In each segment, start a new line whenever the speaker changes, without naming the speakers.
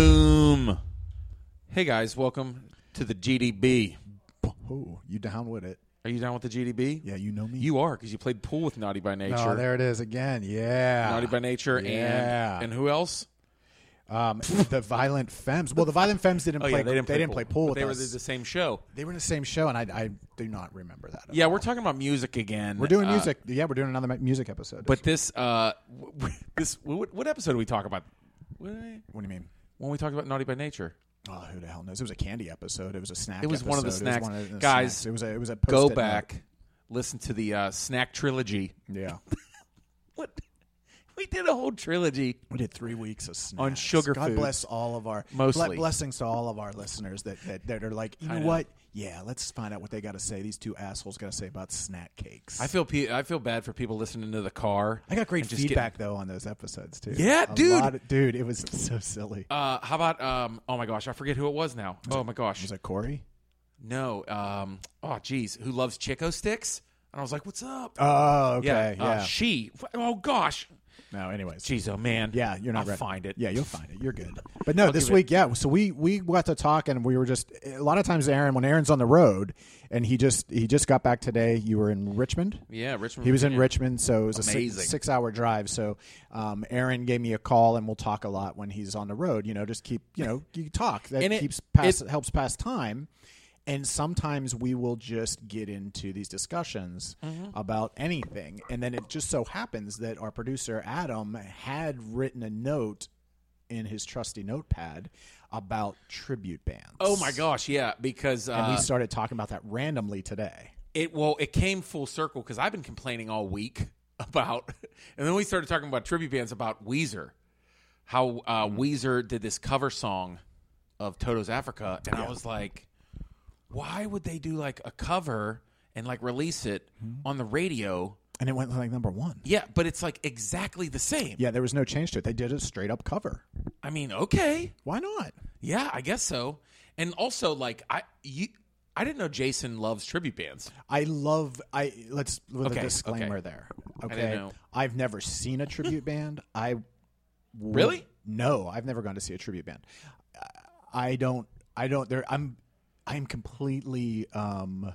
Boom. Hey guys, welcome to the GDB.
Oh, you down with it?
Are you down with the GDB?
Yeah, you know me.
You are because you played pool with Naughty by Nature.
Oh, there it is again. Yeah.
Naughty by Nature
Yeah.
and and who else?
um, the Violent Femmes. Well, the Violent Femmes didn't
Oh
play.
yeah, they didn't play pool.
with
but they
us.
were the same show.
they were in the same show, and I, I do not remember that. at
Yeah,
all.
we're talking about music again.
we're doing
Uh,
music. yeah, we're doing another mu- music episode.
but this uh w- this what, what episode do we talk about? When
what do you mean?
we talked about Naughty by Nature.
Oh, who the hell knows? It was a candy episode. It was a snack.
It was one of the
episode.
snacks.
one of the
Guys,
snacks. It was a. It was a
Go
Post-it
back, listen to the uh, snack trilogy.
note. Yeah,
What we did a whole trilogy.
we did three weeks of snacks
On sugar
God
food.
bless all of our
Mostly.
ble- blessings to all of our listeners that that, that are like, you know,
know.
what? Yeah, let's find out what they got to say. These two assholes got to say about snack cakes.
I feel pe- I feel bad for people listening to the car.
I got great
and just
feedback though on those episodes too.
Yeah,
A
dude.
lot of- dude, it was so silly.
Getting, uh, how about um? Oh my gosh, I forget who it was now. Oh my gosh,
was it Corey?
no. Um. Oh geez, who loves Chico sticks? And I was like, what's up?
Oh, okay,
Uh,
yeah.
she. Oh gosh.
no, anyways.
Geez, oh man.
yeah, you're not
I'll
ready.
find it.
Yeah, you'll find it. You're good. But no, this week, yeah. So we we got to talk, and we were just a lot of times. Aaron, when Aaron's on the road, and he just he just got back today. You were in Richmond.
Mm-hmm. Yeah, Richmond.
He was in
Virginia.
Richmond, so it was a
Amazing.
six, six hour drive. So um, Aaron gave me a call, and we'll talk a lot when he's on the road. You know, just keep you know you talk that
And it-
keeps pass, helps pass time. And sometimes we will just get into these discussions
Mm-hmm.
about anything, and then it just so happens that our producer Adam had written a note in his trusty notepad about tribute bands.
Oh my gosh, yeah, because uh,
And we started talking about that randomly today.
it well it came full circle because I've been complaining all week about, and then we started talking about tribute bands about Weezer, how uh, Weezer did this cover song of Toto's Africa, and I was like, why would they do like a cover and like release it
Mm-hmm.
on the radio?
And it went like number one.
Yeah, but it's like exactly the same.
Yeah, there was no change to it. They did a straight up cover.
I mean, okay,
Why not?
yeah, I guess so. And also, like I you, I didn't know Jason loves tribute bands.
I love. I let's with
Okay,
a disclaimer
okay.
there.
didn't
Okay,
know.
I've never seen a tribute band. I would-
Really?
no. I've never gone to see a tribute band. Uh, I don't. I don't. There. I'm. I'm completely um,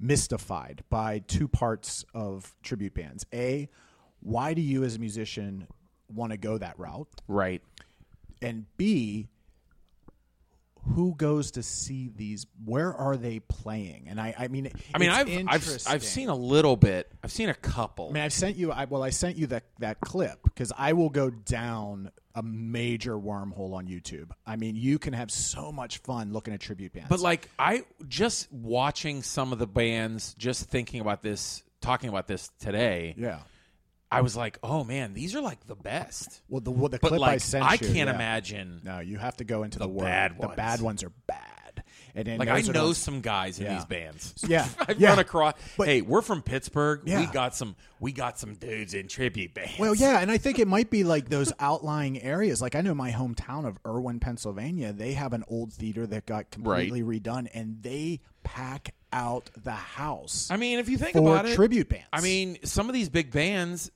mystified by two parts of tribute bands. A, why do you as a musician want to go that route?
Right.
and B, who goes to see these? Where are they playing? And I, I mean,
I mean,
it's
I've, I've
interesting.
I've seen a little bit. I've seen a couple.
I mean, I've sent you. I, well, I sent you that that clip because I will go down a major wormhole on YouTube. I mean, you can have so much fun looking at tribute bands.
but like I just watching some of the bands, just thinking about this, talking about this today,
yeah,
I was like, oh man, these are like the best.
well, the well, the
But
clip
like
I sent you,
can't
yeah.
imagine.
No, you have to go into the, word.
bad
The
ones.
bad ones are bad. And, then
Like I
those are the
know
ones-
some guys in
Yeah.
these bands.
Yeah.
I've
Yeah.
run across.
But-
hey, we're from Pittsburgh. We
Yeah.
got some. We got some dudes in tribute bands.
Well, yeah, and I think it might be like those outlying areas. Like I know my hometown of Irwin, Pennsylvania, they have an old theater that got completely redone, and they pack out the house
I mean, if you think
for
about it,
tribute bands.
I mean, some of these big bands,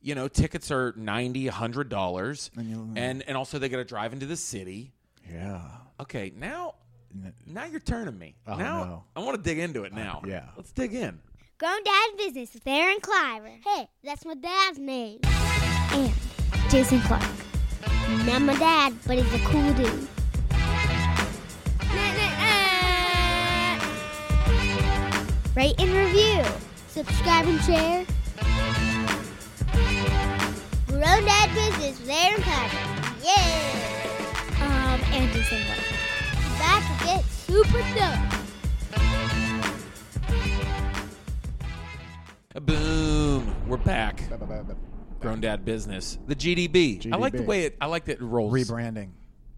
you know, tickets are ninety, hundred dollars,
you-
and and also they got to drive into the city.
yeah,
Okay, now now you're turning me. now
Oh, no. Uh,
I want to dig into it. Now,
yeah.
let's dig in.
Grown Dad Business with Aaron Cliver. Hey, that's my dad's name. And Jason Clark. Not my dad, but he's a cool dude. Rate and review. Subscribe and share. Grown Dad Business with Aaron Cliver. Yeah! Um, and Jason Clark. Back to get super dope.
Boom, we're back. Grown dad business, the GDB. I like the
GDB.
way it. I like that it rolls.
rebranding,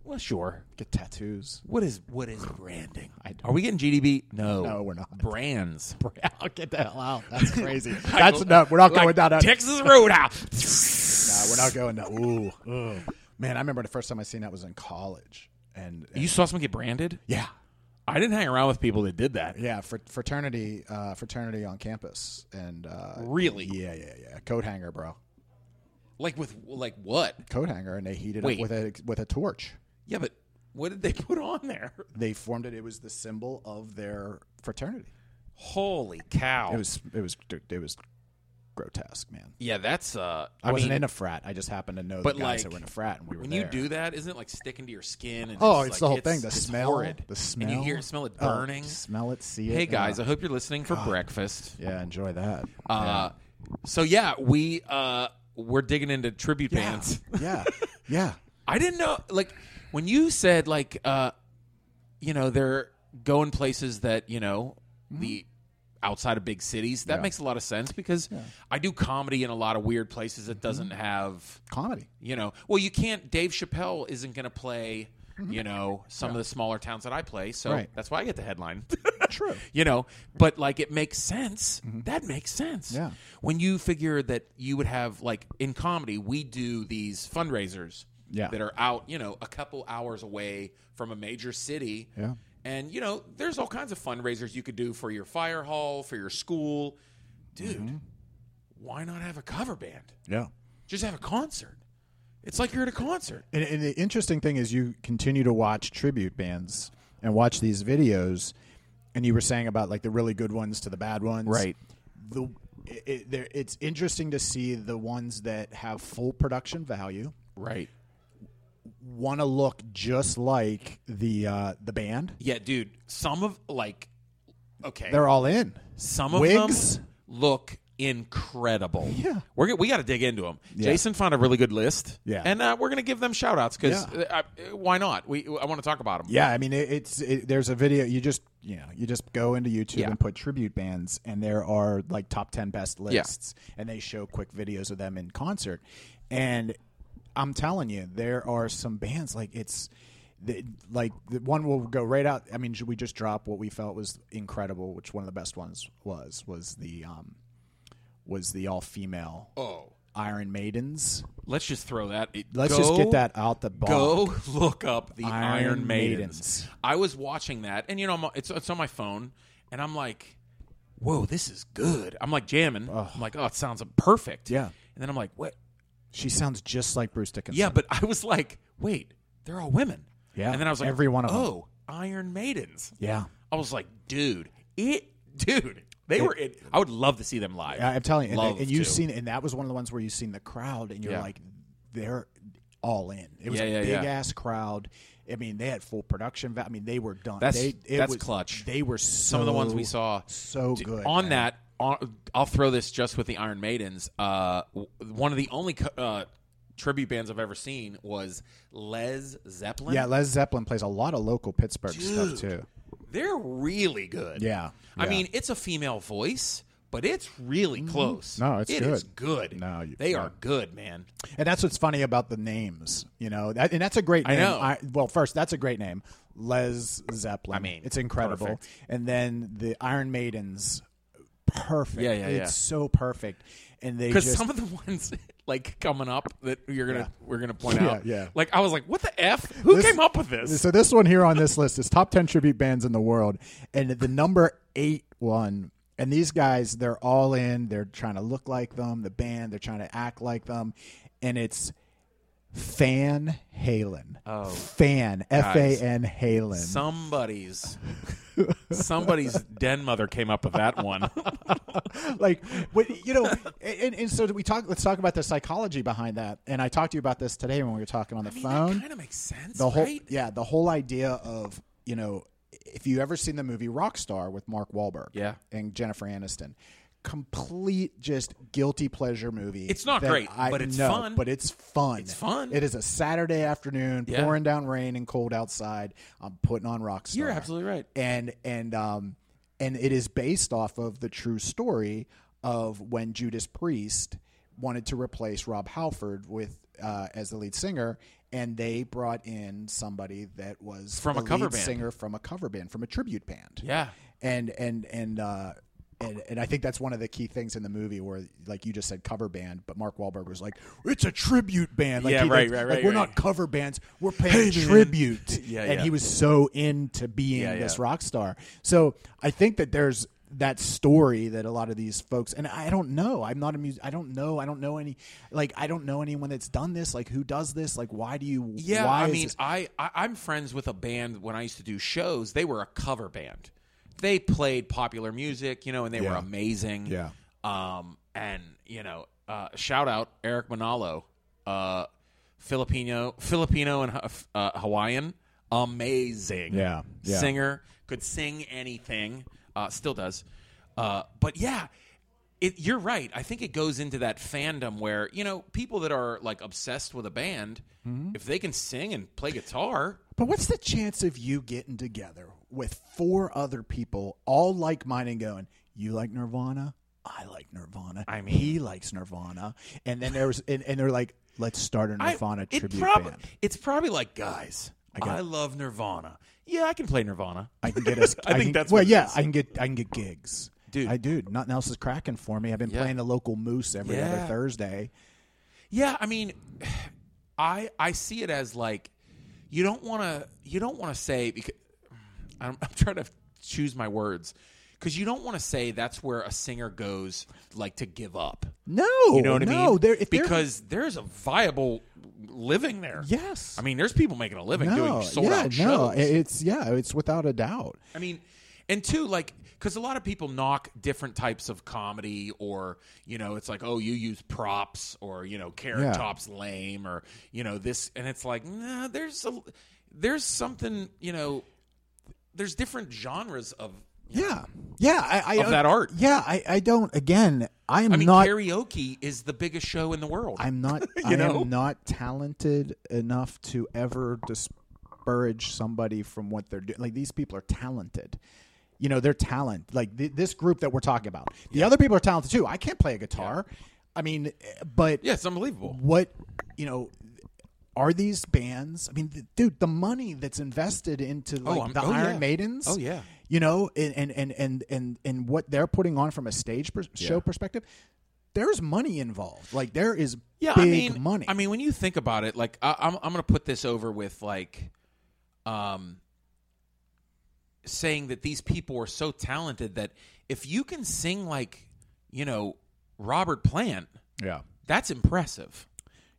Well, sure.
get tattoos.
What is what is branding?
I don't-
Are we getting GDB? No,
No, we're not.
Brands.
I'll get the hell out. That's crazy. That's no, we're not
Like
going down. that-
Texas Roadhouse.
No, we're not going down. Ooh, Ugh. man, I remember the first time I seen that was in college, and, and
you saw someone get branded?
yeah,
I didn't hang around with people that did that.
Yeah, fr- fraternity, uh, fraternity on campus, and uh,
Really?
yeah, yeah, yeah, coat hanger, bro,
Like with like what?
coat hanger, and they heated
Wait.
up with a with a torch.
Yeah, but what did they put on there?
They formed it. It was the symbol of their fraternity.
Holy cow!
It was it was it was grotesque, man.
yeah, that's. Uh,
I, wasn't
mean,
in a frat. I just happened to know
But,
the guys
like,
that were in a frat, and we were
when you
there.
do that, isn't it like sticking to your skin? And
Oh,
just,
it's
like,
the whole thing. The
it's
smell,
horrid.
the smell,
and you hear smell it
Oh,
burning.
smell it, see it.
hey
and,
guys,
uh,
I hope you're listening for breakfast.
yeah, enjoy that.
Uh, so yeah, we uh, we're digging into tribute
yeah,
bands.
yeah, yeah.
I didn't know like when you said like uh you know they're going places that you know
Mm-hmm.
the outside of big cities that makes a lot of sense because I do comedy in a lot of weird places
Mm-hmm.
that doesn't have
Comedy.
you know well you can't Dave Chappelle isn't going to play you know some of the smaller towns that I play so
Mm-hmm. Right.
that's why I get the headline
True.
you know but like it makes sense that makes sense
Mm-hmm. Yeah.
when you figure that you would have like in comedy we do these fundraisers
Yeah.
that are out you know a couple hours away from a major city
Yeah.
and you know there's all kinds of fundraisers you could do for your fire hall for your school dude
Mm-hmm.
why not have a cover band
Yeah.
just have a concert it's like you're at a concert
And, and the interesting thing is, you continue to watch tribute bands and watch these videos, and you were saying about like the really good ones to the bad ones,
Right.
The it, it, there- it's interesting to see the ones that have full production value
right
want to look just like the uh, the band.
yeah dude some of like okay
They're all in
Some of
wigs.
them look incredible.
Yeah.
we're g- we got to dig into them.
Yeah.
Jason found a really good list.
Yeah.
and uh, we're gonna give them shout outs because why not? We I want to talk about them.
Yeah, I mean, it, it's it, there's a video. You just you know you just go into YouTube
Yeah.
and put tribute bands, and there are like top ten best lists, and they show quick videos of them in concert. And I'm telling you, there are some bands like it's. The, like the one will go right out. I mean, should we just drop what we felt was incredible, which one of the best ones was was the um was the all female
Oh,
Iron Maidens.
let's just throw that. it-
Let's
go-
just get that out the box.
Go look up the Iron,
Iron
Maidens.
Maidens.
I was watching that, and you know, I'm, it's it's on my phone, and I'm like, "Whoa, this is good." I'm like jamming. I'm like, "Oh, it sounds perfect."
Yeah.
and then I'm like, "What?"
She sounds just like Bruce Dickinson.
Yeah, but I was like, wait, they're all women.
Yeah,
And then I was like,
every one of them.
Oh, Iron Maidens.
yeah.
I was like, dude, it, dude, they were. It, I would love to see them live.
I- I'm telling you, and,
Love
and you've
to.
seen, and that was one of the ones where you've seen the crowd, and you're
Yeah.
like, they're all in. It was
Yeah,
a
yeah,
big
yeah.
ass crowd. I mean, they had full production. va- I mean, they were done.
That's-
they, it
that's
was-
clutch.
They were so,
Some of the ones we saw
so
D-
good
On
man.
that, on, I'll throw this just with the Iron Maidens. Uh, w- one of the only co- uh, tribute bands I've ever seen was Les Zeppelin.
Yeah, Les Zeppelin plays a lot of local Pittsburgh stuff too.
they're really good.
Yeah,
I
yeah. Mm-hmm.
mean, it's a female voice, but it's really close.
No, it's
It
good.
is good.
No, you-
they
no.
are good, man.
And that's what's funny about the names, you know. That, and that's a great
I
name.
know.
well, first, that's a great name, Les Zeppelin.
I mean,
it's incredible.
perfect.
And then the Iron Maidens, perfect.
Yeah, yeah,
It's
yeah.
so perfect. And they
Because
just
some of the ones like coming up that you're gonna we're gonna point
Yeah,
out,
yeah.
Like I was like, what the f? Who
This-
came up with this?
So this one here on this list is top ten tribute bands in the world, and the number eight one. And these guys, they're all in. They're trying to look like them. The band, they're trying to act like them, and it's Fan Halen. Oh, Fan F A N Halen.
somebody's somebody's den mother came up with that one.
like what you know and, and so we talk let's talk about the psychology behind that and i talked to you about this today when we were talking on the phone
kind of makes sense,
the whole
right?
yeah the whole idea of you know if you ever seen the movie rockstar with mark Wahlberg
Yeah.
and jennifer aniston complete just guilty pleasure movie
It's not
that
great,
I
but it's
know,
fun.
but it's fun
It's fun.
it is a saturday afternoon
Yeah.
pouring down rain and cold outside i'm putting on rockstar
You're absolutely right.
and and um and it is based off of the true story of when Judas Priest wanted to replace Rob Halford with uh, as the lead singer, and they brought in somebody that was
From a
the
cover
lead
band.
singer from a cover band, from a tribute band.
Yeah.
and and and. Uh, and, and I think that's one of the key things in the movie where, like you just said, cover band, but Mark Wahlberg was like, it's a tribute band. Like
Yeah,
he-
right, right,
like- like,
right,
We're
right.
not cover bands. We're paying tribute.
Yeah,
and
yeah.
he was so into being
Yeah,
this
yeah.
rock star. So I think that there's that story that a lot of these folks and I don't know. I'm not a mus- I don't know. I don't know any like I don't know anyone that's done this. Like who does this? Like why do you?
Yeah,
why
I
is
mean,
this-
I, I I'm friends with a band when I used to do shows. They were a cover band. They played popular music, you know, and they were
Yeah.
amazing.
Yeah.
Um, and you know, uh, shout out Eric Manalo, uh, Filipino, Filipino and Ha- uh, Hawaiian, amazing.
Yeah, yeah.
Singer could sing anything. Uh, still does. Uh, but yeah. It, you're right. I think it goes into that fandom where you know people that are like obsessed with a band,
Mm-hmm.
if they can sing and play guitar,
But what's the chance of you getting together with four other people, all like mine, and going, "You like Nirvana, I like Nirvana, I
mean-
he likes Nirvana," and then there was, and, and they're like, "Let's start a
I-
Nirvana
it
tribute
prob-
band.
It's probably like guys. I,
got-
love Nirvana. Yeah, I can play Nirvana.
I can get us.
I think
can-
that's
well,
what it
yeah.
is.
I can get, I can get gigs,
Dude.
I dude, nothing else is cracking for me. I've been playing the local Moose every
Yeah.
other Thursday.
Yeah, I mean, I I see it as like you don't want to you don't want to say because I'm, I'm trying to choose my words because you don't want to say that's where a singer goes like to give up.
No,
You know what I
no,
mean?
There, if there-
because there's a viable living there.
Yes.
I mean, there's people making a living
no,
doing sold
yeah,
out
no,
shows.
it's yeah, it's without a doubt.
I mean, and two, like, because a lot of people knock different types of comedy, or you know, it's like, oh, you use props, or you know, carrot
Yeah.
tops lame, or you know, this, and it's like, nah, there's a, there's something, you know, there's different genres of,
Yeah, yeah, I, I
Of that art.
Yeah, I, I don't. Again, I am
I mean,
not.
karaoke is the biggest show in the world.
I'm not. I
know?
am not talented enough to ever disparage somebody from what they're doing. Like these people are talented. You know, their talent. Like th- this group that we're talking about. The other people are talented too. I can't play a guitar. I mean, eh, but
yeah, it's unbelievable.
what you know are these bands i mean th- dude the money that's invested into like
I'm-
the
oh,
iron
yeah.
maidens
Oh, yeah.
you know and and and and and, and what they're putting on from a stage per- show perspective there's money involved like there is
yeah,
big
I mean,
money
I mean, when you think about it, like I, I'm, I'm going to put this over with like, um, saying that these people are so talented that if you can sing like, you know, Robert Plant,
yeah
that's impressive,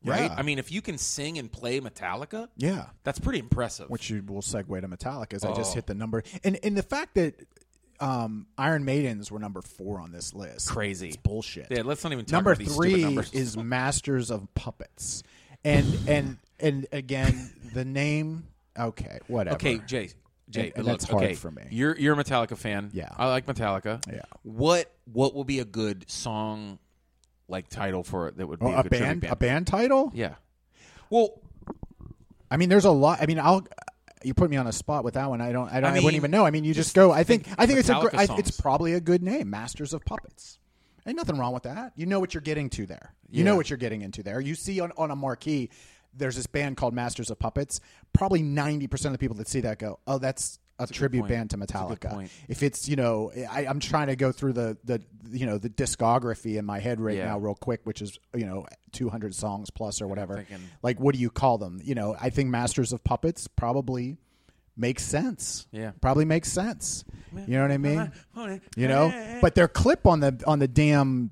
right?
Yeah.
I mean, if you can sing and play Metallica,
yeah
that's pretty impressive.
which you will segue to Metallica. As I
Oh.
just hit the number, and and the fact that um, Iron Maidens were number four on this list,
Crazy.
it's bullshit.
Yeah, let's not even talk
number
about these stupid
three
numbers.
is Masters of Puppets, and and and again the name. Okay, whatever.
okay, Jay, Jay,
And-
but
and
look,
that's hard
okay,
for me.
You're you're a Metallica fan.
Yeah.
I like Metallica.
Yeah.
What what will be a good song, like title for it that would be
Oh,
a,
a
good tribute
band,
band?
a band title.
Yeah. Well,
I mean, there's a lot. I mean, I'll. You put me on a spot with that one. I don't. I, don't, I,
mean,
wouldn't even know. I mean, you just, go. I think.
think
I think it's a.
Metallica
Gr- I, it's
songs.
probably a good name, Masters of Puppets. Ain't nothing wrong with that. You know what you're getting to there. You know
Yeah.
what you're getting into there. You see on, on a marquee, there's this band called Masters of Puppets. Probably ninety percent of the people that see that go, "Oh, that's a tribute
point.
band to
good
Metallica."
point.
If it's you know, I, I'm trying to go through the the you know the discography in my head right
Yeah.
now real quick, which is you know 200 songs plus or whatever
thinking-
like what do you call them you know i think masters of puppets probably makes sense
Yeah. Uh-huh.
probably makes sense you know what i mean you know but their clip on the on the damn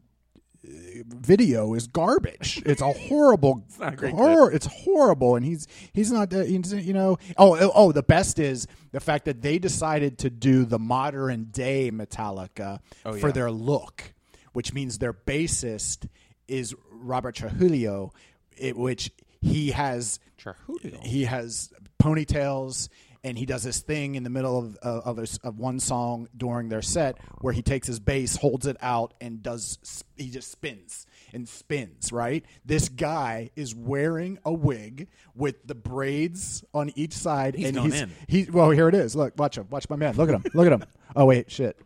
uh, video is garbage it's a horrible it's,
not a great
it's horrible and he's he's not uh, he's, you know oh oh, oh the best is the fact that they decided to do the modern day metallica for
Oh, yeah.
their look which means their bassist is robert trujillo it, which he has
Trujillo.
he has ponytails and he does this thing in the middle of uh, of, of, a- of one song during their set where he takes his bass, holds it out, and does s- he just spins and spins. Right, this guy is wearing a wig with the braids on each side, and
gone
he's
in.
he. Well, here it is. Look, watch him. Watch my man. Look at him. Look at him. Oh wait, shit.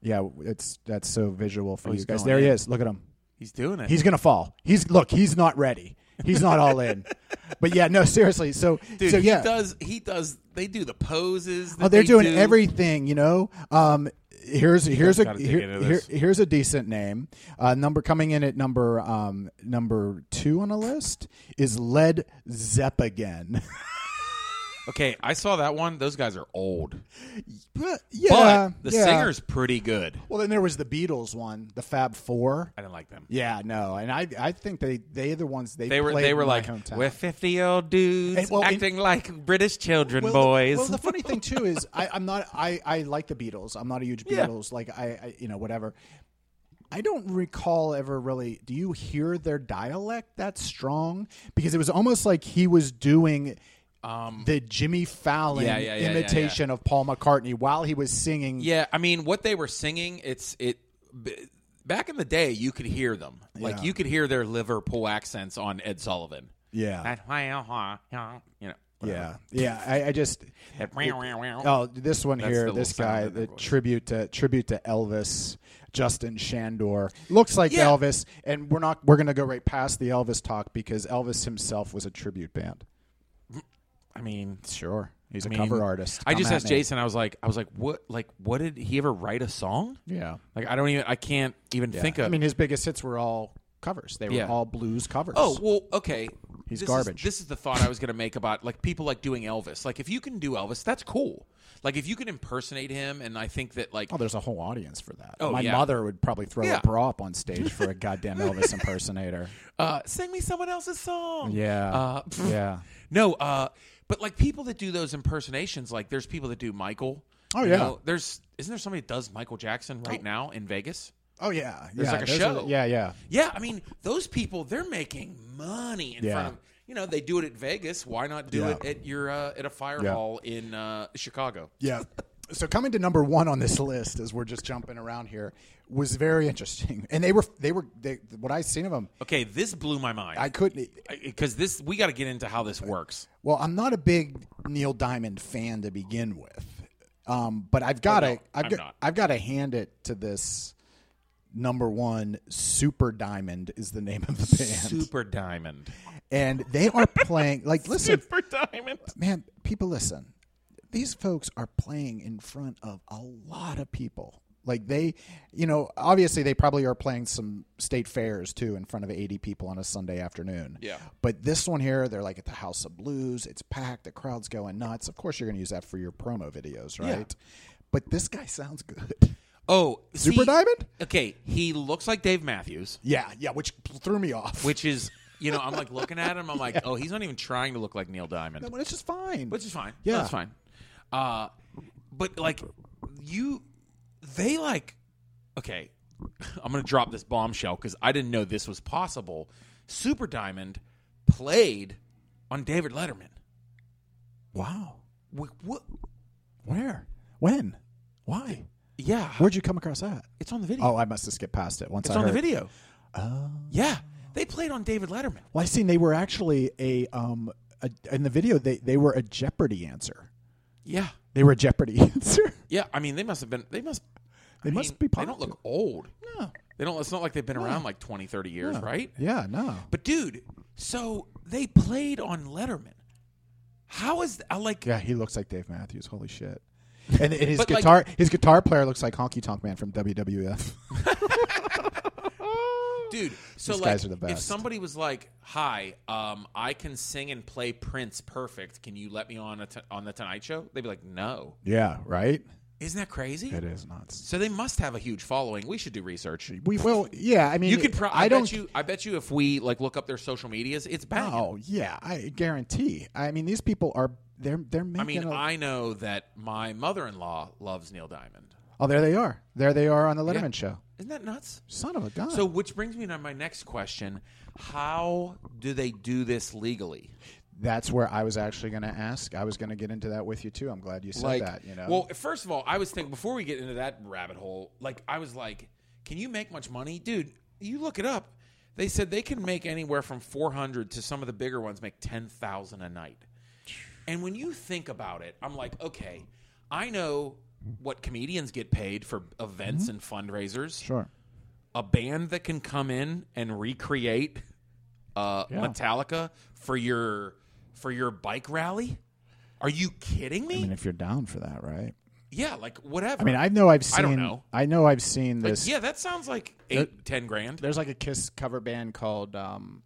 Yeah, it's that's so visual for you
Oh, he's
guys.
going
There he
in.
is. Look at him.
he's doing it.
He's gonna fall. He's look. He's not ready. He's not all in. but yeah, no, seriously. So
Dude,
so
he
yeah.
does. He does. They do the poses. that
oh, they're
they
doing
do.
everything. You know. Um. Here's here's a
gotta dig
here,
into this.
here- here's a decent name. Uh, number coming in at number um number two on the list is Led Zeppelin.
Okay, I saw that one. Those guys are old,
But, yeah,
but the
yeah.
singer's pretty good.
Well, then there was the Beatles one, the Fab Four.
I didn't like them.
Yeah, no, and I I think they they are the ones they
They were
played
they
in
were
my
like
hometown.
we're fifty year old dudes
And, well, in-
acting like British children,
well,
boys.
The, well, the funny thing too is I, I'm not I I like the Beatles. I'm not a huge
Yeah.
Beatles like I, I you know whatever. I don't recall ever really. Do you hear their dialect that strong? Because it was almost like he was doing.
Um,
the Jimmy Fallon
Yeah, yeah, yeah, yeah, yeah.
imitation of Paul McCartney while he was singing.
Yeah, I mean, what they were singing, it's it. b- Back in the day, you could hear them. Like
Yeah.
you could hear their Liverpool accents on Ed Sullivan.
yeah,
That you know,
yeah. uh-huh, yeah. I, I just
That
Oh, this one
That's
here,
the little
this
sound
guy,
in their
the
voice.
tribute to tribute to Elvis, Justin Shandor. Looks like
Yeah.
Elvis, and we're not we're gonna go right past the Elvis talk because Elvis himself was a tribute band.
I mean,
Sure. He's a
I mean,
cover artist.
I
Come
just
at
asked
me.
Jason. I was like, I was like, what? Like, what did he ever write a song?
Yeah.
Like, I don't even. I can't even think of.
I mean his biggest hits were all covers. They were
Yeah.
all blues covers.
Oh well, okay.
He's
this
garbage.
Is, this is the thought I was going to make about like people like doing Elvis. Like if you can do Elvis, that's cool. Like if you can impersonate him, and I think that like
Oh, there's a whole audience for that.
Oh,
My
yeah.
mother would probably throw
Yeah.
a bra up on stage for a goddamn Elvis impersonator.
uh, sing me someone else's song.
Yeah.
Uh,
yeah.
No, uh, but like people that do those impersonations, like there's people that do Michael.
Oh,
You
yeah.
know, there's isn't there somebody that does Michael Jackson right now in Vegas?
Oh yeah.
There's
yeah,
like a
those
show.
are- yeah, yeah.
Yeah, I mean those people they're making money in
Yeah.
front of you know they do it at Vegas. Why not do
Yeah.
it at your uh, at a fire
Yeah.
hall in uh, Chicago?
Yeah. So coming to number one on this list, as we're just jumping around here, was very interesting. And they were they were they, what I seen of them,
Okay, this blew my mind.
I couldn't.
because this we got to get into how this works.
Well, I'm not a big Neil Diamond fan to begin with, um, but I've got
Oh,
to
no,
I've
I'm
got
not.
I've got to hand it to this number one. Super Diamond is the name of the band,
Super diamond.
and they are playing. Like, listen,
diamond.
man, people listen. These folks are playing in front of a lot of people. Like they, you know, obviously they probably are playing some state fairs too in front of 80 people on a Sunday afternoon.
Yeah.
But this one here, they're like at the House of Blues. It's packed. The crowd's going nuts. Of course, you're going to use that for your promo videos, right? But this guy sounds good.
Oh,
Super
see-
Diamond?
Okay, he looks like Dave Matthews,
Yeah, yeah, which threw me off.
which is you know I'm like looking at him. I'm like, oh, he's not even trying to look like Neil Diamond,
but it's just fine.
which is fine.
Yeah.
that's fine. Uh, but like you, they like. Okay, I'm gonna drop this bombshell because I didn't know this was possible. Super Diamond played on David Letterman.
wow.
Wh- What?
Where? When? Why?
Yeah,
Where'd you come across that?
it's on the video.
Oh, I must have skipped past it once
It's
I
on the
heard-
video.
Oh.
Yeah, they played on David Letterman.
Well, I seen they were actually a um a, in the video they they were a Jeopardy answer.
Yeah,
They were a Jeopardy answer.
yeah. I mean, they must have been. They must.
They
I
must
mean,
be
They don't look old.
No.
They don't. It's not like they've been around like 20, 30 years, right?
Yeah, no.
But dude, so they played on Letterman. How is I like?
Yeah, he looks like Dave Matthews. Holy shit. And, and his
But, like-
guitar his guitar player looks like Honky Tonk Man from WWF.
Dude, so
These
like,
guys are the
if
best.
somebody was like, "Hi, um, I can sing and play Prince perfect. Can you let me on a t- on the Tonight Show?" They'd be like, "No."
yeah, right?
Isn't that crazy?
It is nuts.
So they must have a huge following. We should do research.
We well, yeah, I mean
You could. Pro- I,
I don't
bet you. I bet you. If we like look up their social medias, it's bad.
Oh, yeah, I guarantee. I mean these people are they're they're making
I mean,
a-
I know that my mother-in-law loves Neil Diamond.
Oh, there they are. There they are on the Letterman show.
Isn't that nuts?
Son of a gun.
So, which brings me to my next question: How do they do this legally?
That's where I was actually going to ask. I was going to get into that with you too. I'm glad you said that. You know,
well, first of all, I was thinking before we get into that rabbit hole. Like, I was like, can you make much money, dude? You look it up. They said they can make anywhere from four hundred to some of the bigger ones make ten thousand a night. And when you think about it, I'm like, okay, I know what comedians get paid for events
Mm-hmm.
and fundraisers.
sure.
a band that can come in and recreate uh, Metallica for your for your bike rally? Are you kidding me?
I mean, if you're down for that, right?
yeah, like whatever.
I mean, I know I've seen.
I don't know.
I know I've seen
Like,
this.
yeah, that sounds like eight, ten grand.
There's like a Kiss cover band called um,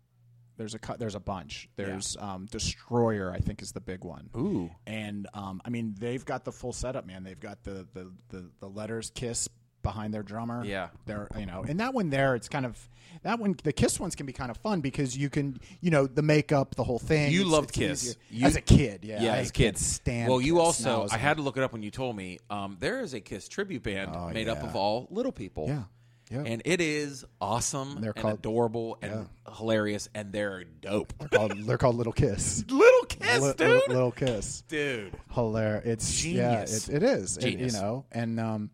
There's a cu- there's a bunch. There's um, Destroyer, I think, is the big one.
Ooh.
And um, I mean, they've got the full setup, man. They've got the the the, the letters Kiss behind their drummer.
Yeah.
They're you know, and that one there, it's kind of that one. The Kiss ones can be kind of fun because you can you know the makeup, the whole thing.
You
It's-
loved
it's
Kiss.
easier.
You-
as a kid. Yeah,
Yeah,
I
as
can't
kids.
Stand
well, you
Kiss now
also.
as
I
an
had to look it up when you told me. Um, there is a Kiss tribute band made up
Oh, yeah.
of all little people.
Yeah. Yeah.
And it is awesome
they're
and
called-
adorable and hilarious, and they're dope.
They're called, they're called Little Kiss.
Little Kiss,
Li-
dude.
li- little Kiss.
dude.
Hilarious. It's
Genius.
Yeah, it, it is. It-
Genius.
you know, and um,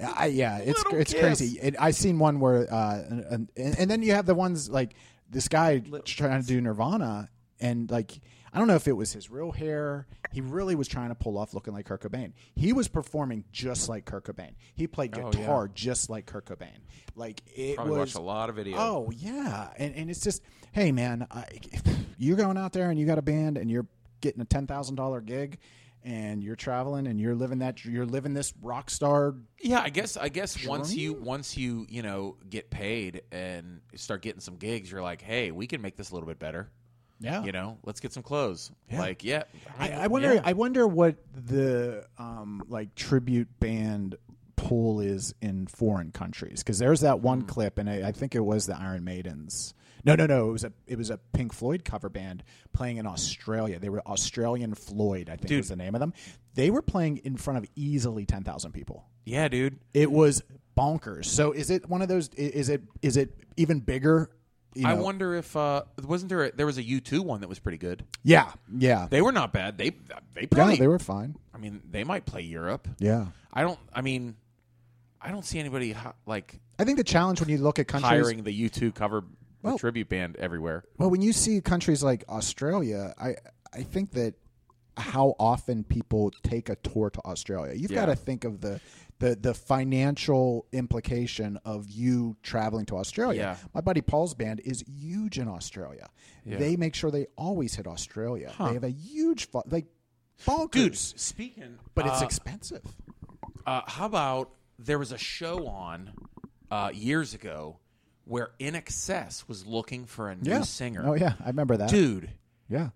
I, yeah, it's
Little
it's
Kiss.
crazy. It, I seen one where, uh, and, and, and then you have the ones like this guy trying to do Nirvana, and like I don't know if it was his real hair. He really was trying to pull off looking like Kurt Cobain. He was performing just like Kurt Cobain. He played
Oh, yeah.
guitar just like Kurt Cobain. Like it
Probably
was
watched a lot of video.
Oh yeah, and and it's just, hey man, I, you're going out there and you got a band and you're getting a ten thousand dollar gig, and you're traveling and you're living that you're living this rock star.
Yeah, I guess I guess once you once you you know get paid and start getting some gigs, you're like, hey, we can make this a little bit better.
Yeah,
You know, let's get some clothes. Like, yeah,
I, I wonder.
yeah.
I wonder what the um like tribute band pool is in foreign countries because there's that one
Hmm.
clip and I, I think it was the Iron Maidens. No, no, no. It was a it was a Pink Floyd cover band playing in Australia. They were Australian Floyd, I think was the name of them. They were playing in front of easily ten thousand people.
yeah, dude.
It was bonkers. So is it one of those? i- Is it is it even bigger? You
I
know?
wonder if uh wasn't there a, there was a U two one that was pretty good.
Yeah, yeah,
They were not bad. They they
yeah.
probably.
They were fine.
I mean, they might play Europe.
Yeah.
I don't. I mean, I don't see anybody ho- like
I think the challenge when you look at countries
hiring the U two cover the
Well-
tribute band everywhere.
Well, when you see countries like Australia, I I think that how often people take a tour to Australia. You've
Yeah.
got to think of the the the financial implication of you traveling to Australia.
Yeah.
My buddy Paul's band is huge in Australia. They make sure they always hit Australia. They have a huge fo- like bonkers,
Dude, speaking,
but it's
uh,
expensive.
Uh, how about there was a show on uh, years ago where In Excess was looking for a new singer.
Oh yeah, I remember that.
Dude,
Yeah.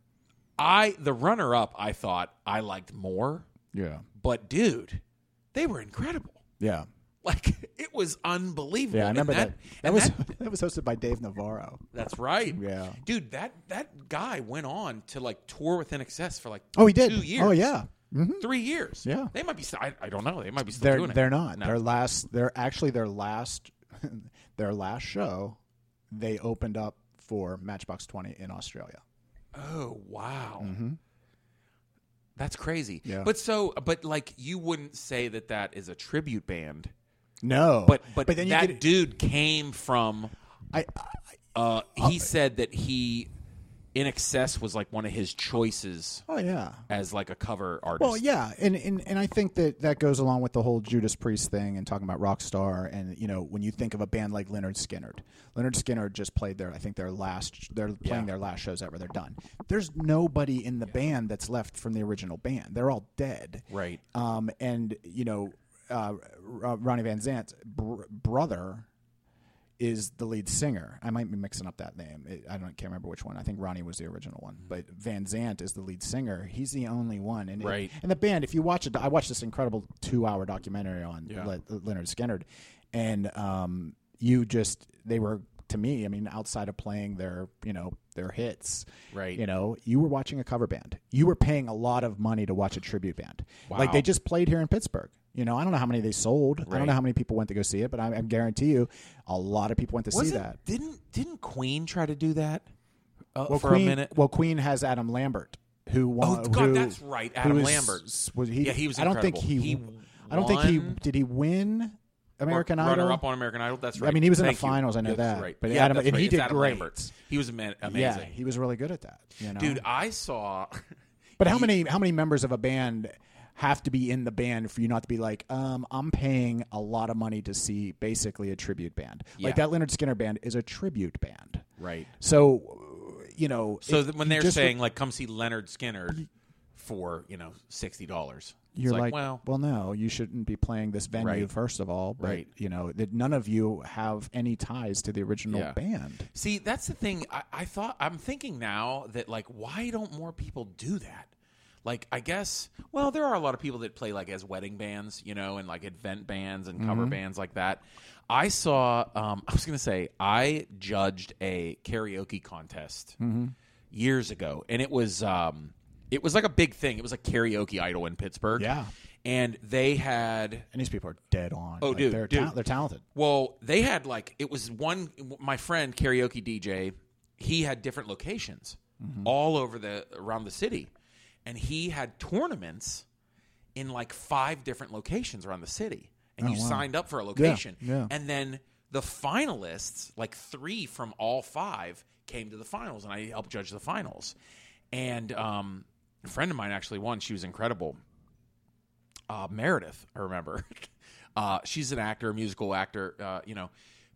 I the runner up I thought I liked more,
Yeah.
but dude, they were incredible.
Yeah.
Like it was unbelievable.
Yeah, I
And
remember that. That,
and
was that was hosted by Dave Navarro.
that's right.
Yeah.
Dude, that that guy went on to like tour with In Excess for like
Oh, he did.
two years.
Oh yeah.
Three years.
Yeah.
They might be st- I, I don't know. They might be still
they're
doing it.
they're not.
No.
Their last they're actually their last their last show they opened up for Matchbox 20 in Australia.
Oh wow, that's crazy.
Mm-hmm. Yeah.
But so, but like, you wouldn't say that that is a tribute band.
No.
But but,
but then
that
you get
dude came from.
I, I
Uh, he said that he, in excess, was like one of his choices
Oh yeah.
as like a cover artist.
Well, yeah, and, and and I think that that goes along with the whole Judas Priest thing and talking about rock star and you know when you think of a band like Leonard Skinner, Leonard Skinner just played their I think their last they're playing their last shows ever. They're done. There's nobody in the band that's left from the original band. They're all dead.
Right.
Um, and you know, uh, R- Ronnie Van Zant's br- brother is the lead singer. I might be mixing up that name. It, I don't can't remember which one. I think Ronnie was the original one, but Van Zant is the lead singer. He's the only one, and
Right.
and the band. If you watch it, I watched this incredible two-hour documentary on
Yeah.
Le- Leonard Skinner, and um, you just they were to me. I mean, outside of playing their you know their hits,
Right.
You know, you were watching a cover band. You were paying a lot of money to watch a tribute band. Like
Wow.
they just played here in Pittsburgh. You know, I don't know how many they sold. I
Right.
don't know how many people went to go see it, but I, I guarantee you, a lot of people went to see
Wasn't-
that.
Didn't didn't Queen try to do that uh,
Well,
for
Queen,
a minute?
Well, Queen has Adam Lambert, who won.
Oh, God,
who-
that's right,
who
Adam
is-
Lambert.
Was he,
Yeah, he was
I don't think he.
incredible. He
I don't think he
won-
did. He win American Idol.
runner up on American Idol. That's right.
I mean, he was in the
Thank you.
finals, I know
That's
that.
Right.
But
yeah,
Adam-
that's
and
right.
he
It's
did
Adam
great.
Lambert. He was ama-
yeah,
amazing.
he was really good at that. You know?
Dude, I saw.
But how many how many members of a band have to be in the band for you not to be like, um, I'm paying a lot of money to see basically a tribute band.
Yeah.
Like that Leonard Skinner band is a tribute band.
Right.
So you know
So
it-
that when
you
they're
just-
saying like come see Leonard Skinner for you know sixty dollars.
You're
like,
like,
well,
well, no, you shouldn't be playing this venue
Right.
first of all. But,
Right.
You know that none of you have any ties to the original
Yeah.
band.
See, that's the thing. I, I thought I'm thinking now that like, why don't more people do that? Like, I guess well, there are a lot of people that play like as wedding bands, you know, and like event bands and cover bands like that. I saw. Um, I was gonna say I judged a karaoke contest years ago, and it was um, it was like a big thing. It was like karaoke idol in Pittsburgh.
Yeah.
and they had
And these people are dead on. Oh,
dude,
they're
dude.
ta- they're talented.
well, they had like it was one my friend karaoke DJ, he had different locations
Mm-hmm.
all over the around the city. And he had tournaments in like five different locations around the city. And you signed up for a location.
Oh, yeah.
And then the finalists, like three from all five, came to the finals, and I helped judge the finals. And um, a friend of mine actually won. She was incredible. Uh, Meredith, I remember. uh, she's an actor, a musical actor, uh, you know.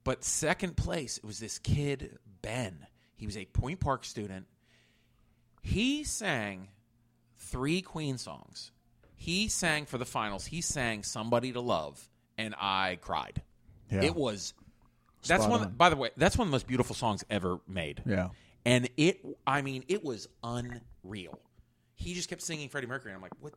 But second place, it was this kid, Ben. He was a Point Park student. He sang three Queen songs. He sang for the finals. He sang Somebody to Love, and I cried.
Yeah.
It was. That's
Spot
one.
on.
By the way, that's one of the most beautiful songs ever made.
Yeah.
And it, I mean, it was unreal. He just kept singing Freddie Mercury. And I'm like, what?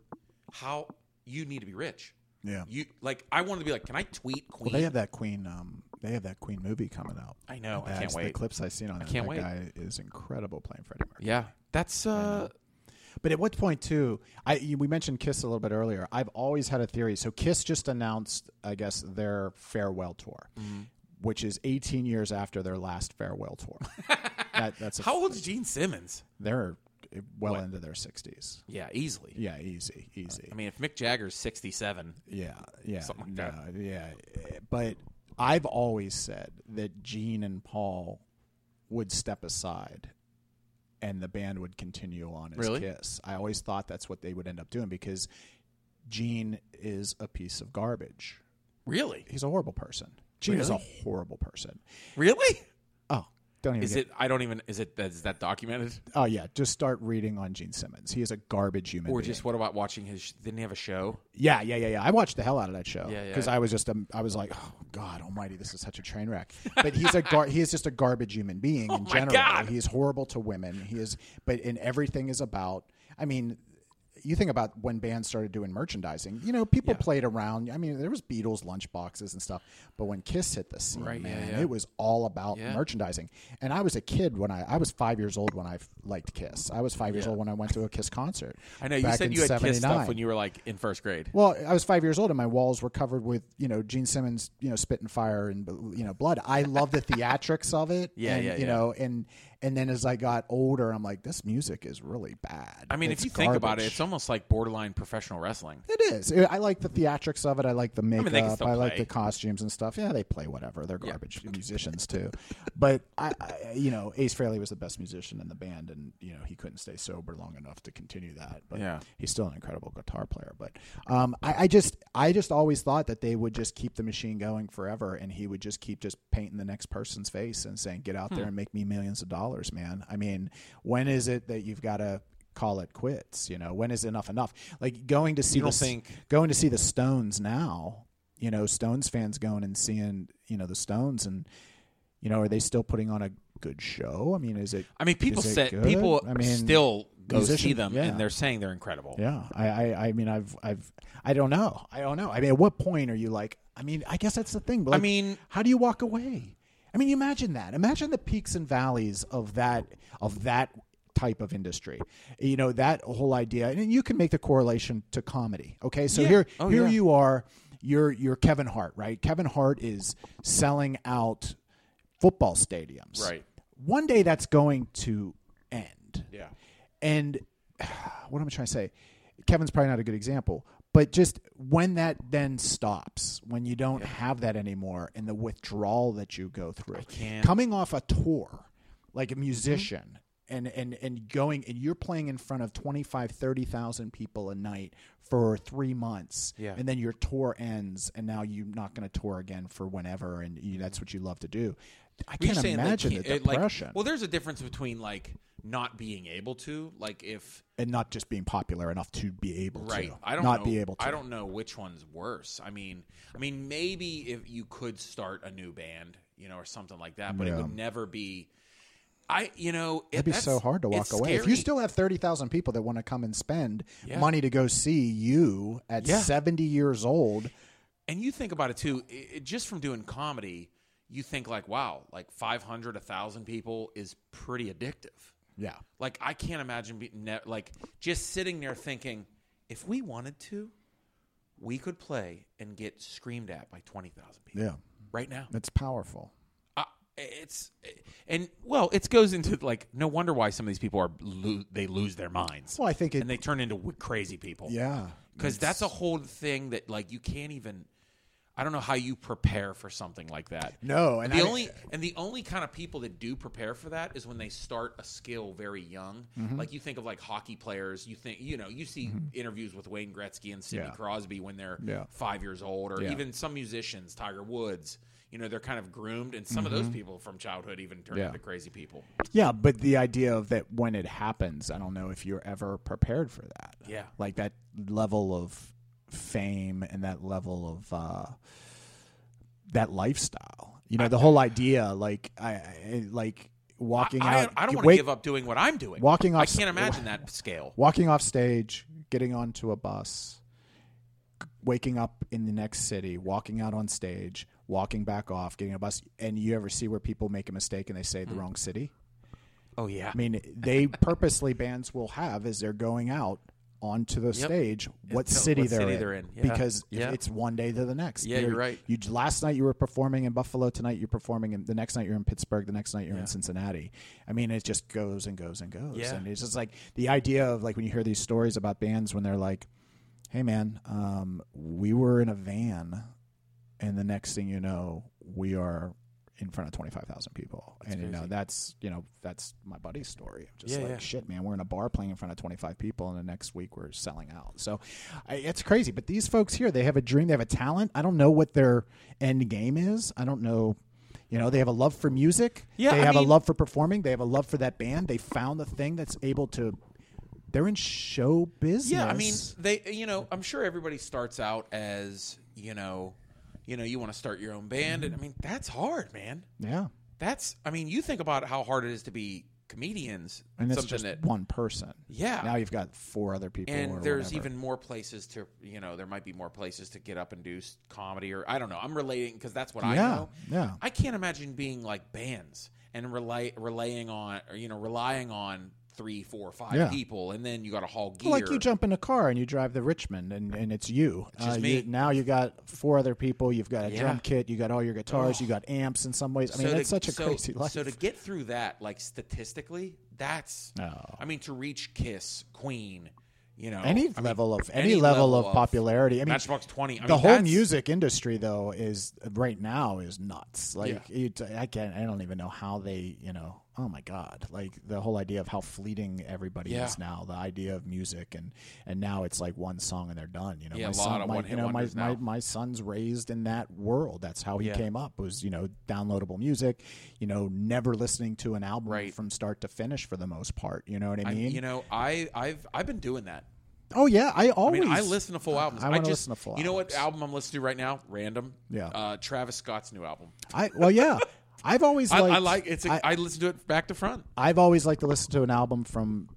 How? You need to be rich.
Yeah.
You like? I wanted to be like, can I tweet Queen?
Well, they have that Queen. Um, they have that Queen movie coming out.
I know. I
That's
can't
The
wait.
clips I've seen on that,
can't
that
wait.
guy is incredible playing Freddie Mercury.
yeah, that's uh,
But at what point too? I you- we mentioned Kiss a little bit earlier. I've always had a theory. So Kiss just announced, I guess, their farewell tour, which is 18 years after their last farewell tour. that, that's a,
how old's Gene Simmons?
they're eh, well into their 60s.
Yeah, easily.
Yeah, easy, easy.
I mean, if Mick Jagger's 67,
Yeah, yeah,
Something like
no,
that.
yeah. But I've always said that Gene and Paul would step aside, and the band would continue on as
Really?
Kiss. I always thought that's what they would end up doing because Gene is a piece of garbage.
really,
He's a horrible person. Gene is a
Really?
horrible person.
really,
Oh, don't even.
is
get-
it? I don't even. Is it? Is that documented?
Oh yeah, just start reading on Gene Simmons. He is a garbage human.
Or
being.
just what about watching his? Didn't he have a show?
Yeah, yeah, yeah, yeah. I watched the hell out of that show
Yeah, yeah.
because I was just um, I was like, oh God Almighty, this is such a train wreck. But he's a gar- he is just a garbage human being in
Oh my
general.
God.
He is horrible to women. He is, but and everything is about. I mean, you think about when bands started doing merchandising. You know, people played around. I mean, there was Beatles lunchboxes and stuff. But when Kiss hit the scene,
Right, yeah,
man,
yeah.
it was all about
Yeah.
merchandising. And I was a kid when I I was five years old when I f- liked Kiss. I was five years old when I went to a Kiss concert.
I know you
back
said
in
you had Kiss stuff
79.
when you were like in first grade.
Well, I was five years old, and my walls were covered with you know Gene Simmons, you know spit and fire and you know blood. I love the theatrics of it.
Yeah,
and,
yeah,
You
yeah.
know, and and then as I got older, I'm like, this music is really bad.
I mean,
It's
if you think about it,
garbage.
it's almost like borderline professional wrestling.
it is. I I like the theatrics of it. I like the
they
makeup.
can
I,
still
like
play.
the costumes and stuff. Yeah, they play whatever. They're garbage musicians too. But I, I, you know, Ace Frehley was the best musician in the band, and you know he couldn't stay sober long enough to continue that. But
Yeah.
he's still an incredible guitar player. But um, I, I just, I just always thought that they would just keep the machine going forever, and he would just keep just painting the next person's face and saying, "Get
Hmm.
out there and make me millions of dollars, man." I mean, when is it that you've got to call it quits? You know, when is enough enough? Like going to see
You don't
the S-
think-
going to see the Stones now. You know, Stones fans going and seeing you know the Stones, and you know, are they still putting on a good show? I mean, is it?
I mean, people
Is it
said
good?
people
I mean,
still go see
musician-
them,
yeah.
and they're saying they're incredible.
Yeah, I, I, I mean, I've, I've, I don't know, I don't know. I mean, at what point are you like? I mean, I guess that's the thing. But
I
like,
mean-
how do you walk away? I mean, you imagine that. Imagine the peaks and valleys of that of that type of industry. You know that whole idea, and you can make the correlation to comedy. Okay, so here,
Oh,
here
yeah.
you are. You're you're Kevin Hart, right? Kevin Hart is selling out football stadiums.
Right.
One day that's going to end.
Yeah.
And what am I trying to say? Kevin's probably not a good example, but just when that then stops, when you don't have that anymore, and the withdrawal that you go through,
can't- Mm-hmm.
coming off a tour like a musician. And, and, and going and you're playing in front of 25 30,000 people a night for 3 months
Yeah.
and then your tour ends and now you're not going to tour again for whenever and you, that's what you love to do I
Mm-hmm. Were you
can't
saying, like,
imagine
can't-
the
it, like-
depression
well, there's a difference between like not being able to, like if
and not just being popular enough to be able
right,
to.
I don't
not
know,
be able to.
I don't know which one's worse. I mean, I mean, maybe if you could start a new band, you know, or something like that, but it
Yeah.
would never be. I, you know, it,
It'd be
that's-
so hard to walk
it's
away. If
scary.
you still have 30,000 people that want to come and spend
Yeah.
money to go see you at
Yeah.
70 years old,
and you think about it too i it, just from doing comedy you think like wow like 500 1000 people is pretty addictive
yeah.
like i can't imagine be, ne- like just sitting there thinking if we wanted to we could play and get screamed at by 20000 people
Yeah.
right now
It's powerful.
I, it's and well it goes into like no wonder why some of these people are lo- they lose their minds
Well, I think it
and they turn into w- crazy people
yeah.
because that's a whole thing that like you can't even i don't know how you prepare for something like that
No, and
the
I-
only and the only kind of people that do prepare for that is when they start a skill very young
Mm-hmm.
like you think of like hockey players you think you know you see interviews with wayne gretzky and sidney
Yeah.
crosby when they're
Yeah.
five years old or
Yeah.
even some musicians tiger woods you know they're kind of groomed and some of those people from childhood even turn
Mm-hmm. Yeah.
into crazy people
Yeah, but the idea of that when it happens, I don't know if you're ever prepared for that.
Yeah.
Like that level of fame and that level of uh, that lifestyle. You know, the whole idea, like I, I like walking
I,
out.
I don't
you
want to
wake-
give up doing what i'm doing
Walking
i
off-
can't imagine that scale
walking off stage, getting onto a bus, g- waking up in the next city, walking out on stage, walking back off, getting a bus. And you ever see where people make a mistake and they say the
Hmm.
wrong city?
oh yeah
I mean, they purposely bands will have as they're going out onto the stage what
Until-
city,
what
they're,
city
in.
they're in. Yeah.
because if
Yeah.
it's one day to the next.
Yeah, you're
They're-
right.
You last night you were performing in Buffalo, tonight you're performing in the next night you're in Pittsburgh, the next night you're in Cincinnati. I mean, it just goes and goes and goes.
Yeah.
And it's just like the idea of like when you hear these stories about bands when they're like, "Hey man, um, we were in a van, and the next thing you know, we are." In front of twenty five thousand people, and you know that's you know that's my buddy's story. Just
Yeah,
like
yeah.
shit, man, we're in a bar playing in front of 25 people, and the next week we're selling out. So I, it's crazy. But these folks here, they have a dream, they have a talent. I don't know what their end game is. I don't know. You know, they have a love for music.
Yeah,
they
I
have
mean-
a love for performing. They have a love for that band. They found the thing that's able to. They're in show business.
Yeah, I mean, they you know, I'm sure everybody starts out as, you know, you know, you want to start your own band
Mm-hmm.
and I mean, that's hard, man.
yeah,
That's I mean, you think about how hard it is to be comedians
and that's
something
just
that
one person.
Yeah.
now you've got four other people. or
and there's
whatever.
even more places to, you know, there might be more places to get up and do s- comedy or I don't know. I'm relating because that's what I
Yeah,
know.
yeah.
I can't imagine being like bands and relay, relaying on or you know, relying on three, four, five
Yeah.
people and then you got to haul gear.
Well, like you jump in a car and you drive to Richmond and, and it's you.
just
Uh,
me.
you- Now you got four other people. You've got a
Yeah. Oh.
drum kit. You got all your guitars. You got amps in some ways. I mean,
So
that's
to-
such a
so-
crazy life.
So to get through that, like statistically, that's
No.
I mean, to reach Kiss, Queen, you know,
any
I mean,
level of any, level, of popularity. I mean,
Matchbox Twenty. I
the
mean,
whole
that's-
music industry though is right now is nuts. Like
Yeah.
it, I can't. I don't even know how they. You know. Oh my God! Like the whole idea of how fleeting everybody
Yeah.
is now. The idea of music and and now it's like one song and they're done. You know.
Yeah,
my
a lot
son,
of
my,
one-hit
you know, my,
wonders
my
now.
my son's raised in that world. That's how he
Yeah.
came up. Was you know downloadable music. You know, never listening to an album
Right.
from start to finish for the most part. You know what I
I-
mean?
you know, I I've I've been doing that.
oh yeah, I
I
always Uh,
mean, I listen to full albums. I,
I wanna
just
listen to full
You know what
albums.
album I'm listening to right now? Random.
Yeah.
Uh, Travis Scott's new album.
I well yeah. I've always
I,
liked,
I like it's. A,
I-
I listen to it back to front.
I've always liked to listen to an album from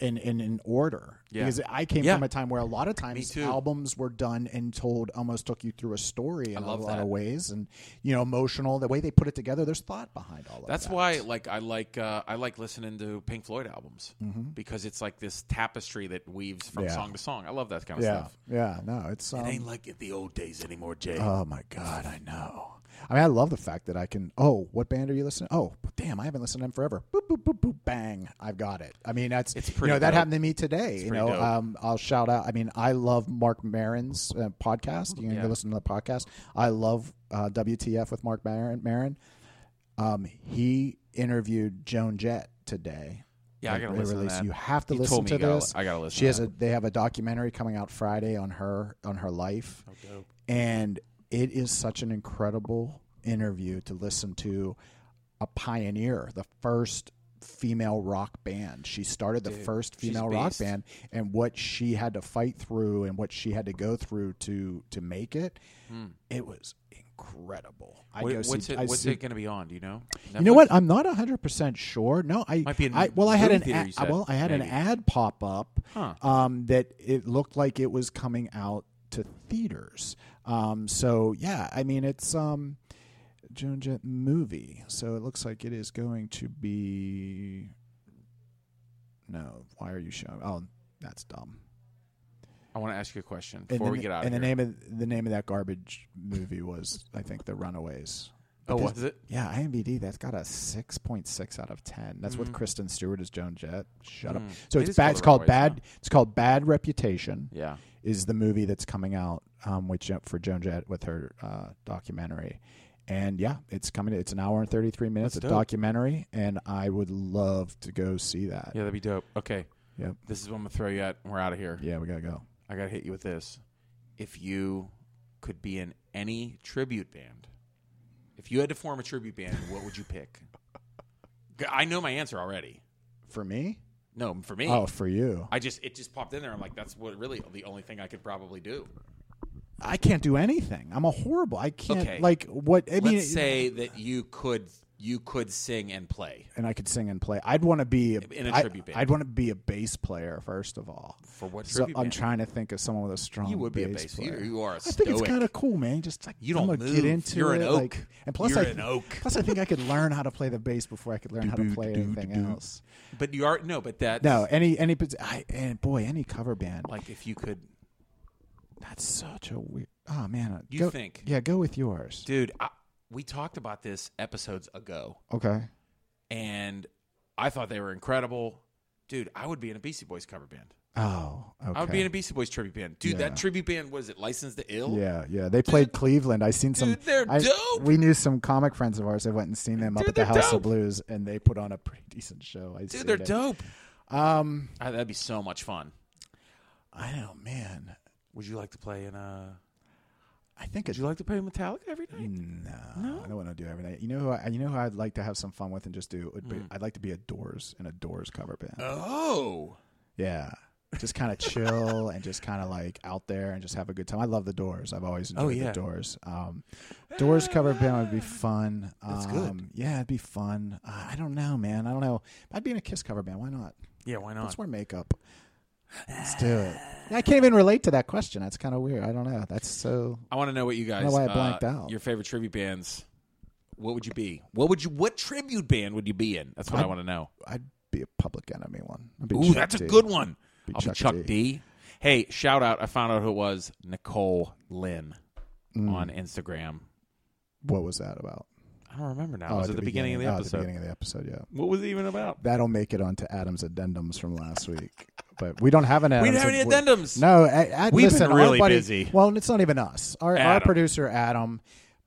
in in, in order
Yeah.
because I came
Yeah.
from a time where a lot of times
too.
albums were done and told almost took you through a story in
love
a lot
that.
of ways and you know emotional the way they put it together there's thought behind all of
That's
that.
why, like, I like uh, I like listening to Pink Floyd albums because it's like this tapestry that weaves from
Mm-hmm. Yeah.
song to song. I love that kind of
yeah
stuff.
yeah no it's um,
ain't like the old days anymore, Jay.
oh my god I know I mean I love the fact that I can oh what band are you listening oh damn I haven't listened to them forever boop boop boop boop bang I've got it I mean that's
It's
you
pretty
know that
dope.
happened to me today you
pretty
know
dope.
um, I'll shout out. I mean, I love Mark Marin's uh, podcast. You can
Yeah.
go listen to the podcast. I love uh, WTF with Mark Marin. Marin. Um, he interviewed Joan Jett today.
Yeah, I
Like,
gotta
they
listen to
released-
that.
You have to
He
listen
told me
to
you gotta-
this.
I gotta listen
She
to
has a. They have a documentary coming out Friday on her on her life,
Oh,
and it is such an incredible interview to listen to. a pioneer, the first female rock band. She started the first
she's a
female rock
beast.
band and what she had to fight through and what she had to go through to to make it. It was incredible. I
What-
go
Hmm. what's
see,
it?
I
what's
see-
it going to be on? Do you know?
you know what? I'm not 100% sure. No, I
Might be in
I, well, I had
movie
an
theater,
ad-
you said,
well, I had
maybe.
an ad pop up
Huh.
um, that it looked like it was coming out to theaters. Um, so yeah, I mean it's um, Joan Jett movie. So it looks like it is going to be. No, why are you showing? Oh, that's dumb.
I want to ask you a question
And
before
the,
we
na-
get out.
and
of
the
here.
name of the name of that garbage movie was, I think, The Runaways.
Oh,
But this-
was it?
yeah, IMDb that's got a six point six out of 10 That's with Kristen Stewart as Joan Jett. Shut up.
Mm.
So
It
it's
is
bad.
called
It's
The
called
Runaways,
bad. It's called Bad Reputation.
Yeah.
Is the movie that's coming out um, with Jo- for Joan Jett with her uh, documentary, and yeah, it's coming. It's an hour and thirty three minutes.
That's
a
dope.
documentary, and I would love to go see that.
Yeah, that'd be dope. Okay.
Yep.
This is what I'm gonna throw you at. and We're out of here.
Yeah, we gotta go.
I gotta hit you with this. If you could be in any tribute band, if you had to form a tribute band, what would you pick? G- I know my answer already.
For me?
No, for me,
Oh, for you?
I just it just popped in there. I'm like, that's what really the only thing I could probably do.
I can't do anything. I'm a horrible. I can't
Okay.
like what I mean.
Let's say that you could you could sing and play
and I could sing and play. I'd want to be a,
In a
I-
tribute band.
I'd want to be a bass player first of all.
for what
So
tribute
I'm
band?
trying to think of someone with a strong.
you would be a
bass
bass
player.
player. You are a
I think it's
stoic.
kind of cool, man. Just like
You
I'm
don't
gonna get
move.
into
You're an
it, like-
oak.
and plus,
You're
I,
an oak.
Plus, I think I could learn how to play the bass before I could learn how to play anything else.
but you are no, but that
No, any any but I, and boy, any cover band.
like if you could,
That's such a weird. Oh man,
You
go,
think.
Yeah, go with yours.
dude. I, we talked about this episodes ago.
Okay.
and I thought they were incredible. Dude, I would be in a Beastie Boys cover band.
Oh, okay.
I would be in a Beastie Boys tribute band. Dude,
Yeah.
that tribute band was it Licensed to Ill?
Yeah, yeah. They played Cleveland. I seen some.
Dude, they're
I-
dope.
We knew some comic friends of ours that went and seen them up
Dude,
at the
they're
House
dope.
of Blues, and they put on a pretty decent show. I
Dude, they're dope.
Um,
Ah, that'd be so much fun.
I know, man.
Would you like to play in a?
I think
Would
it's
you like to play Metallica every night?
no, I don't want to do every night. You know who? I, you know who I'd like to have some fun with and just do. Would be, I'd like to be a Doors in a Doors cover band.
Mm. Oh,
yeah. Just kind of chill and just kind of like out there and just have a good time. I love the Doors. I've always enjoyed
Oh, yeah.
the Doors. Um, Doors cover band would be fun. Um,
That's good.
Yeah, it'd be fun. Uh, I don't know, man. I don't know. I'd be in a Kiss cover band. Why not?
yeah. Why not?
Let's wear makeup. Let's do it. I can't even relate to that question. That's kind of weird. I don't know. That's so.
I want to know what you guys.
know why I
uh,
blanked out.
Your favorite tribute bands. What would you be? What would you? What tribute band would you be in? That's what I,
I-
want to know.
I'd be a Public Enemy one. I'd be
Ooh,
Chuck
that's
D.
a good one.
Be
I'll
Chuck
be Chuck D.
D.
Hey, shout out! I found out who it was. Nicole Lynn
Hmm.
on Instagram.
Mm. What was that about?
I don't remember now. it was
at
at the beginning, of the
oh, at
episode.
the beginning of the episode, yeah.
What was it even about?
That'll make it onto Adam's addendums from last week. But we don't have an addendum.
have any addendums.
No, I, I,
We've been
listen, our
really
buddy-
busy.
Well, it's not even us. Our, our
Adam.
producer, Adam,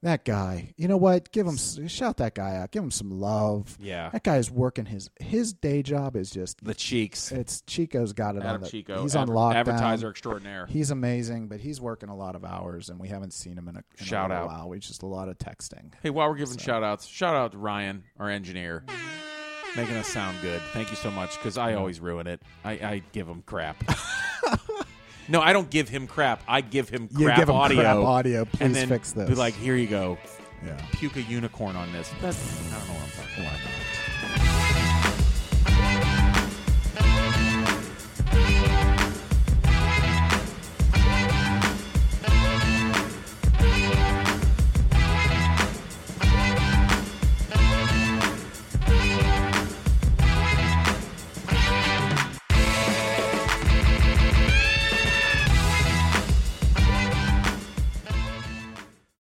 that guy, you know what? Give him, s- shout that guy out. Give him some love.
Yeah.
That guy is working his, his day job is just
The cheeks.
It's Chico's got it on
Adam
the,
Chico,
He's
adver-
on lockdown.
advertiser extraordinaire.
He's amazing, but he's working a lot of hours, and we haven't seen him in a, in
Shout
a little
out.
while. We just a lot of texting.
Hey, while we're giving shout outs, shout out to Ryan, our engineer, making us sound good. Thank you so much because I always ruin it. I, I give him crap. no, I don't give him crap. I give him crap
You give him
audio.
crap audio.
and
Please
then
fix this.
Be like, here you go.
yeah.
Puke a unicorn on this. That's, I don't know what I'm talking about.